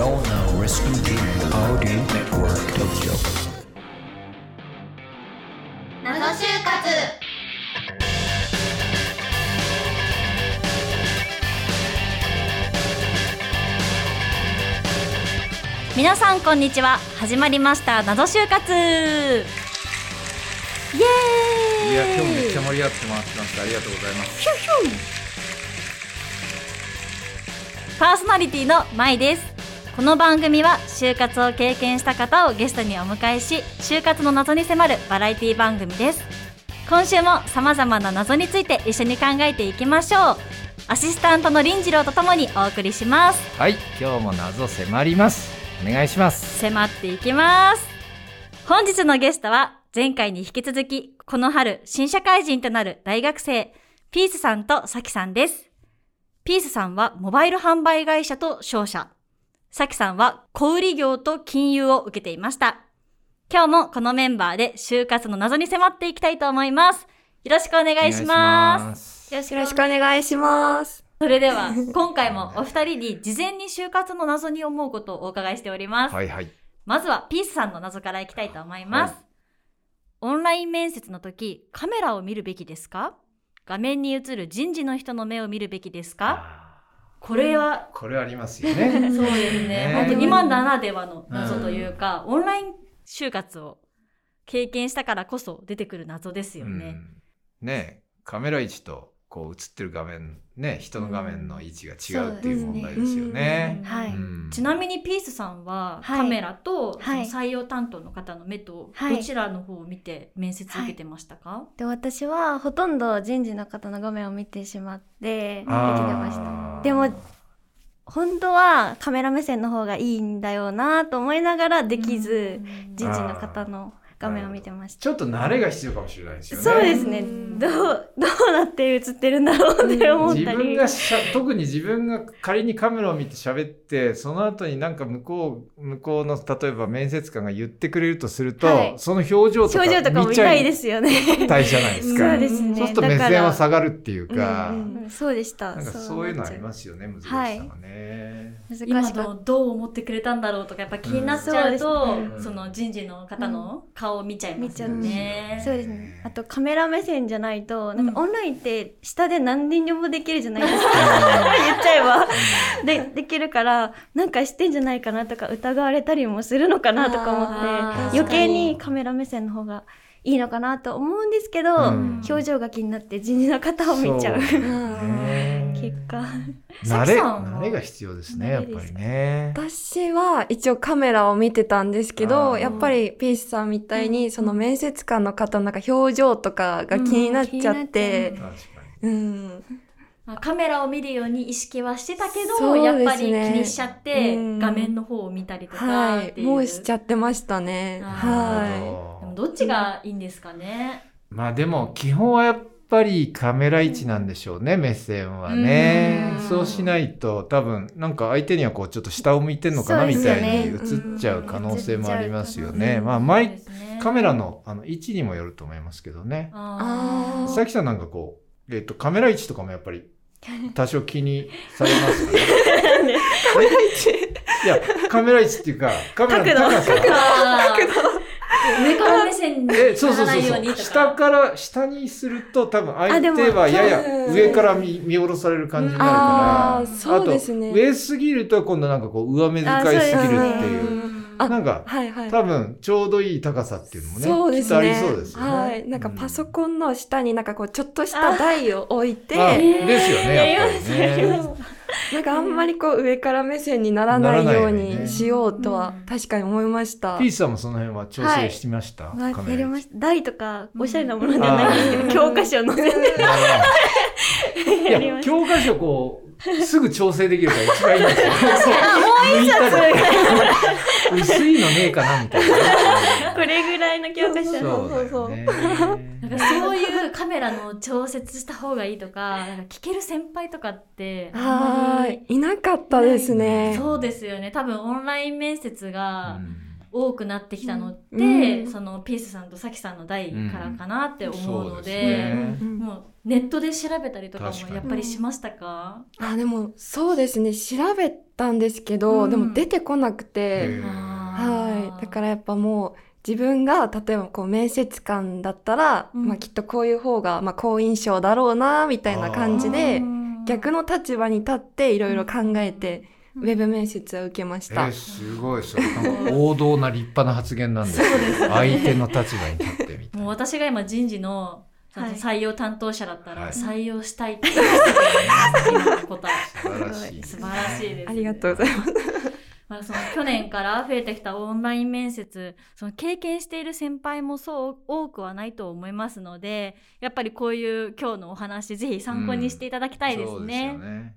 all now rescue the audio network Tokyo. 謎就活皆さんこんにちは始まりました謎就活イエーイいや、今日めっちゃ盛り上がってもらってました。ありがとうございます。パーソナリティのまいですこの番組は就活を経験した方をゲストにお迎えし就活の謎に迫るバラエティ番組です今週もさまざまな謎について一緒に考えていきましょうアシスタントの林次郎とともにお送りしますはい、今日も謎迫ります。お願いします。迫っていきます本日のゲストは前回に引き続きこの春新社会人となる大学生ピースさんとサキさんですピースさんはモバイル販売会社と商社サキさんは小売業と金融を受けていました今日もこのメンバーで就活の謎に迫っていきたいと思いますよろしくお願いしますす。よろしよろしくお願いします。それでは今回もお二人に事前に就活の謎に思うことをお伺いしておりますはいはい。まずはピースさんの謎からいきたいと思います、はオンライン面接の時カメラを見るべきですか画面に映る人事の人の目を見るべきですかこれは、これありますよね。そうですねね本当に今ならではの謎というか、オンライン就活を経験したからこそ出てくる謎ですようね、んねえカメラ位置とこう映ってる画面、ね、人の画面の位置が違うっていう問題ですよね。はい。うんちなみにピースさんははいカメラとそのはい採用担当の方の目とはいどちらの方を見て面接受けてましたか、で私はほとんど人事の方の画面を見てしまってできてました。あーでも本当はカメラ目線の方がいいんだよなと思いながらできず、うん人事の方の画面を見てました。ちょっと慣れが必要かもしれないですよね。そうですねうん。どうどうなって映ってるんだろうって思っ自たり。分がしゃ特に自分が仮にカメラを見て喋ってその後になんか向こう向こうの例えば面接官が言ってくれるとすると、はいその表情とか表情とかも見ちゃ痛いですよね。見たいじゃないでそすかうですね。そうすると目だか線らは下がるっていうか、うんうんそうでした。。なんかそういうのありますすよね難しさがね、難今しかのっどう思ってくれたんだろうとかやっぱ気になっちゃうと、うんそうですねその人事の方の顔を見ちゃいますよね見。ちそゃうですね。あとカメラ目線じゃないと、なんうんかオンラインって下で何人でもできるじゃないですか。 言っちゃえば。で、できるから、なんかしてんじゃないかなとか疑われたりもするのかなとかあ思ーって、余計にカメラ目線の方がいいのかなと思うんですけど、うん表情が気になって人事の方を見ちゃう。そ結果。慣さきれさんは慣れが必要ですねや慣っれですぱりね。私は一応カメラを見てたんですけあーど、やっぱりピースさんみたいに、その面接官の方のなんか表情とかが気になっちゃって、確かにうん。まあカメラを見るように意識はしてたけど、そうですやっねぱり気にしちゃって、うん画面の方を見たりとかはってい。いう。もうしちゃってましたね。あなるはほでどもどっちがいいんですかね。まあでも基本はやっぱりカメラ位置なんでしょうね、目線はねうん。そうしないと多分なんか相手にはこうちょっと下を向いてんのかなそうでみすたよいにね映っちゃう可能性もありますようん映っちゃう可ね。能性まあそう毎ですねカメラのあの位置にもよると思いますけどね。あーあーさきさんなんかこう、えっとカメラ位置とかもやっぱ り多少気にされますかね。カメラ位置いやカメラ位置っていうかカメラの高さ。あー上から目線に え、そうなそらうなそういよそうにう。と下か。から、下にすると多分相でも手はややそう上から見見下ろされる感じにい。なるから。ああー、そうですあね。と、上すぎると今度なんかこう上目遣いすぎるってあそうでいうす。ねああなんか、はいはい。多分ちょうどいい高さっていうのもね、そうできっすとあね。りそうですよね。はい。なんかパソコンの下になんかこう、ちょっとした台を置いうんあて、ですよね、やっぱりね。なんかあんまりこう上から目線にならないようにしようなとらなはいよね確かに思いました。ピースさんもその辺は調整してました、まあカやメりラ位ま置。した。台とか、おしゃれなものじゃないんですけど、教科書のせていやりまや、した。教科書こう、すぐ調整できるから一番いいん ですよ。抜いたり薄いのねえかなみたいな。 これぐらいの教科書そうだよね。なんかそういうカメラの調節した方がいいとか、なんか聞ける先輩とかって、あんまはりーい。いなかったですいね。そうですよね。多分オンライン面接が、多くなってきたのって、うんそのピースさんとサキさんの代からかなって思うのうで,、んそうですうんもうネットで調べたりとか確かもにやっぱりしましたかあでもそうですね調べたんですけど、うんでも出てこなくて、あはーいだからやっぱもう自分が例えばこう面接官だったら、うんまあ、きっとこういう方が、まあ、好印象だろうなみたいな感じでうん逆の立場に立っていろいろ考えて、うんウェブ面接を受けましえた、ー、すごいそれなんか王道な立派な発言なんですけど相手の立場に立ってみたいもうな。私が今人事のそのはい採用担当者だったらはい採用したいって言ってたよね 今の答え素晴らしい。素晴らしいです、ありがとうございますまあ、その去年から増えてきたオンライン面接その経験している先輩もそう多くはないと思いますのでやっぱりこういう今日のお話ぜひ参考にしていただきたいですそうね。ですよね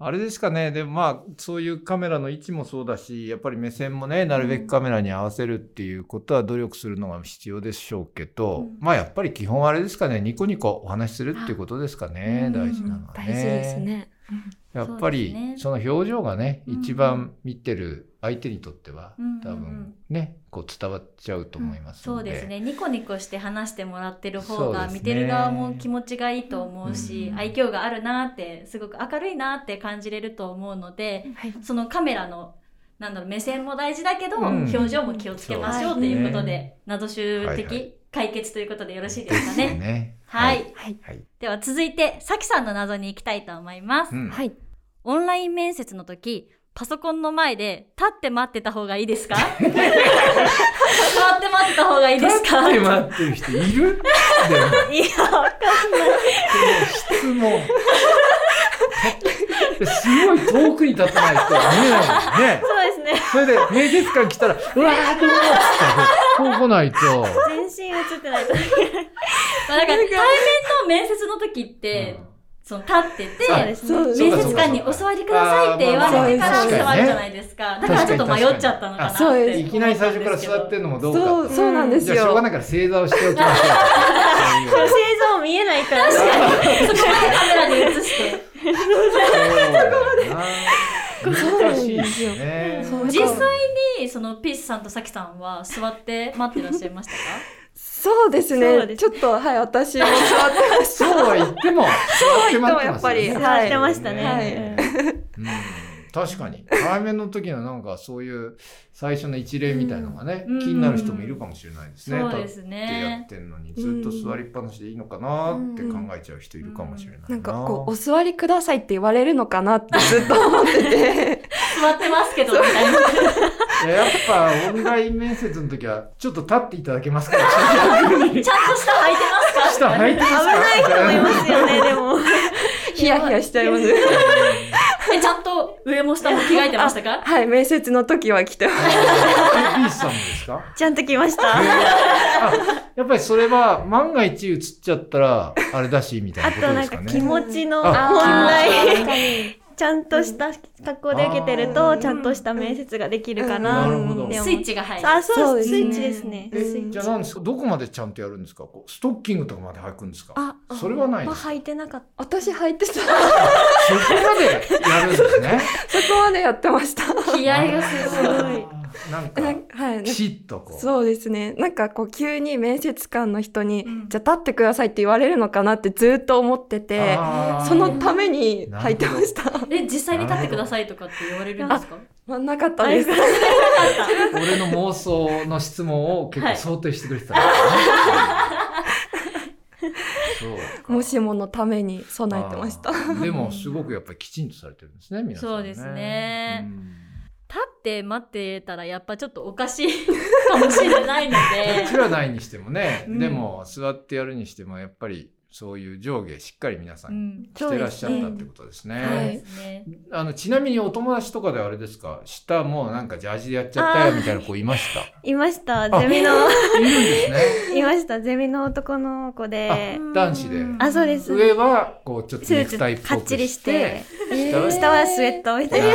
あれですかねでまあそういうカメラの位置もそうだしやっぱり目線もねなるべくカメラに合わせるっていうことは努力するのが必要でしょうけど、うんまあやっぱり基本あれですかねニコニコお話しするっていうことですかね、うん大事なのはね。大事ですねやっぱそうりですねその表情がね、うん一番見てる相手にとっては、うん多分ねこう伝わっちゃうと思いますそのうで、ですねニコニコして話してもらってるそ方うでがすね見てる側も気持ちがいいと思うし、うん愛嬌があるなってすごく明るいなって感じれると思うので、はいそのカメラのなんだろう目線も大事だけど、うん表情も気をつけましょうそうとですねいうことで、謎集はいは的解決ということでよろしいでですかね。ねはい、はい、はい、では続いてさきさんの謎に行きたいと思います、うんはい、オンライン面接の時パソコンの前で立って待ってた方がいい ですか座って待ってた方がいいですか立って 待ってる人いるでもいや質問。すごい遠くに立たないと見えないもんね。そうですね。それで、面接官来たら、うわーどうもっつって、こう来ないと。全身映ってないと。まあなんか対面の面接の時って、その立ってそうてですね面接官にお座りくださいって言われてからそうそう座るじゃないですか。だからちょっと迷っちゃったのかなってそう思っですたんですけいど。きなり最初から座ってんのもどうそかうそうなんでと。じすゃあ、しょうよがないから正座をしておきましょう。そう女いう性像見えないから。そこまでカメラに映して。そうだよな難しいですよね。そう実際にそのピースさんとサキさんは座って待ってらっしゃいましたかそうですそうねですちょっとはい私も座ってましそうは言っても、そうは言ってもやっぱり座はいってましたね。はいうん確かに対面の時のなんかそういう最初の一例みたいのがね、うん気になる人もいるかもしれないですね。そうです立ってやっね。てんのにずっと座りっぱなしでいいのかなって考えちゃう人いるかもしれないな。 たなんかこう「お座りください」って言われるのかなってずっと思って て座ってますけどみたいな。いややっぱオンライン面接の時はちょっと立っていただけますから。下履いてちゃんと下履いてますかますか。危危ないと思いますよ ね、でも。 ヒヤヒヤしちゃいますえちゃんと上も下も着替えてましたかはい面接の時は来てますピースさんもですか。ちゃんと来ました。あやっぱりそれは万が一映っちゃったらあれだしみたいあなこととでなんすかかね。気持ちの問あ気持ち題。の ちゃんとした格好で受けてるうと、んちゃんとした面接ができるかなな。るほどで。もスイッチが入る。あ、そうです。スそうですねイッチですね。スイえじッチゃあなんですかどこまでちゃんとやるんですかこうストッキングとかまで履くんですかあそれはないまであす履いてなかっ私履いてたそこそこまでやるんですねまでやってました気合がすごい。いなん なかはいきちっとこうそうですねなんかこう急に面接官の人に、うんじゃあ立ってくださいって言われるのかなってずっと思っててあーそのために履いてました え、実際に立ってくださいとかって言われるんですかまあなかったです俺の妄想の質問を結は構い想定してくれてたんだね、そうかもしものために備えてましたあーでもすごくやっぱりきちんとされてるんですね皆さんねそうですねうん立って待ってたらやっぱちょっとおかし いかもしれないのどちで。らないにしてもね、うんでも座ってやるにしてもやっぱりそういう上下しっかり皆さうんん。着てらっしゃったってことですね。はいねあのちなみにお友達とかであれですか下もうなんかジャージでやっちゃったよみたいな子いましたた。いました。ゼミの、いるんです ねいました。ゼミの男の子で。あ男子であ、そうです。上はこうちょっとスネークタイっツぽかっくちりして、下は下はスウェットみたいな。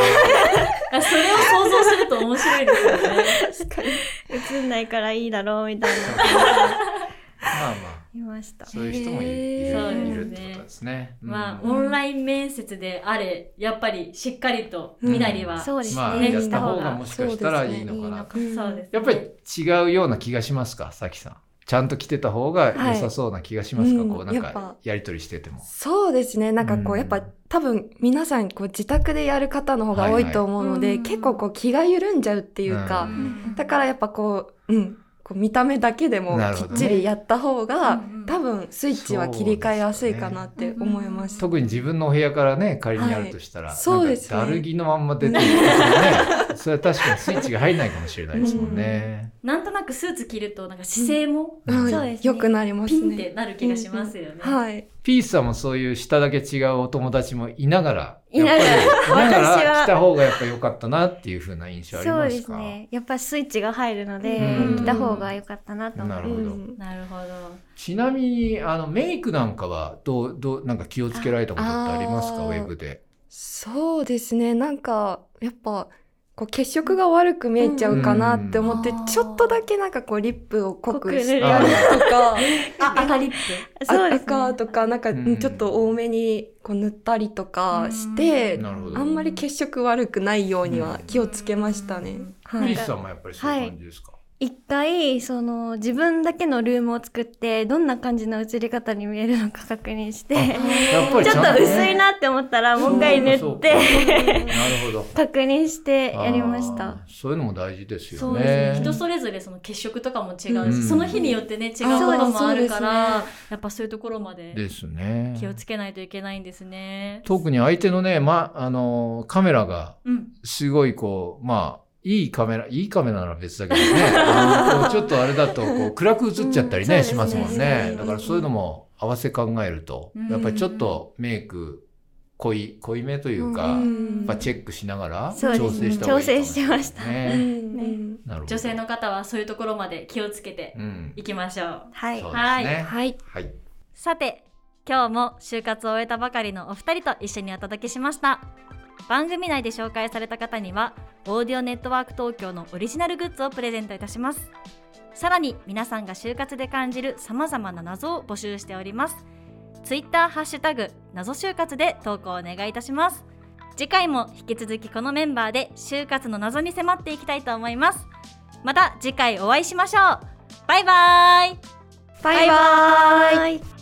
あそれを想像すると面白いですよね。 映んないからいいだろうみたいな。まあまあいました。そういう人もいるへーいるいそうるっですねてことですね。うんまあ、オンライン面接であれ、やっぱりしっかりと、みなりは、そうですね。まあねやった方がもしかしたらいいのかな。うんそうです。やっぱり違うような気がしますか、さきさん。ちゃんと来てた方が良さそうな気がしますか、はいうんこうなんやっぱかやりとりしてても。そうですね。なんかこうう、んやっぱ多分皆さんこう自宅でやる方の方が多いと思うので、はいはい結構こう気が緩んじゃうっていうか、んだからやっぱこう、うん、こう見た目だけでもなるきほっどねちりやった方が、うんうん多分スイッチは切り替えやすいかなって思いました。特に自分のお部屋からね仮にあるとしたら、はいそうですねなんかだるぎのまんま出てるからね それは確かにスイッチが入らないかもしれないですもんね。なんとなくスーツ着ると、なんか姿勢も、はそうですねよくなりますピね。ンってなる気がしますよね。はい。ピースさんもそういう下だけ違うお友達もいながら、いながらやっぱりいなが私らは来た方がやっぱ良かったなっていう風な印象ありそうまですすかね。やっぱスイッチが入るので、うん来た方が良かったなと思ないるまほす。ど、うんなるほど。ちなみに、あの、メイクなんかは、どう、どう、なんか気をつけられたことってありますかあウあーェブで。そうですね。なんか、やっぱ、こう血色が悪く見えちゃうかなって思って、うんうんちょっとだけなんかこうリップを濃く濃くして塗あるると か、あ、赤リップ。 そうですね。赤とかなんかうんちょっと多めにこう塗ったりとかして、なるほど。あんまり血色悪くないようには気をつけましたね。うんはピいースさんもやっぱりそういう感じですか、一回その自分だけのルームを作ってどんな感じの映り方に見えるのか確認してやっぱりちょっゃんとね薄いなって思ったらもう一回塗そうっかそうてかなるほど。確認してやりましあたー。そういうのも大事ですそようでね。すね。人それぞれその血色とかも違ううし、んその日によってね、違うこあそうともあるそうですかねら、やっぱそういうところまでですね。気をつけないといけないんですね。特に相手のね、ま、あの、カメラが、うん。すごいこう、まあ、いいカメラ、いいカメラなら別だけど ね、あのこうちょっとあれだとこう暗く映っちゃったりね、うんしますもんそうですねね。だからそういうのも合わせ考えると、うんやっぱりちょっとメイク濃い、濃いめというか、うんやっうんぱチェックしながらそう調です整ねした方がいいかもれない、調整してましたうね。んうんなるほど。女性。の方はそういうところまで気をつけてうん。いきましょう。そうはでいすね。ははい。はい。さて今日も就活を終えたばかりのお二人と一緒にお届けしました番組内で紹介された方にはオーディオネットワーク東京のオリジナルグッズをプレゼントいたしますさらに皆さんが就活で感じる様々な謎を募集しておりますツイッターハッシュタグ謎就活で投稿お願いいたします次回も引き続きこのメンバーで就活の謎に迫っていきたいと思いますまた次回お会いしましょうバイバイバイバーイ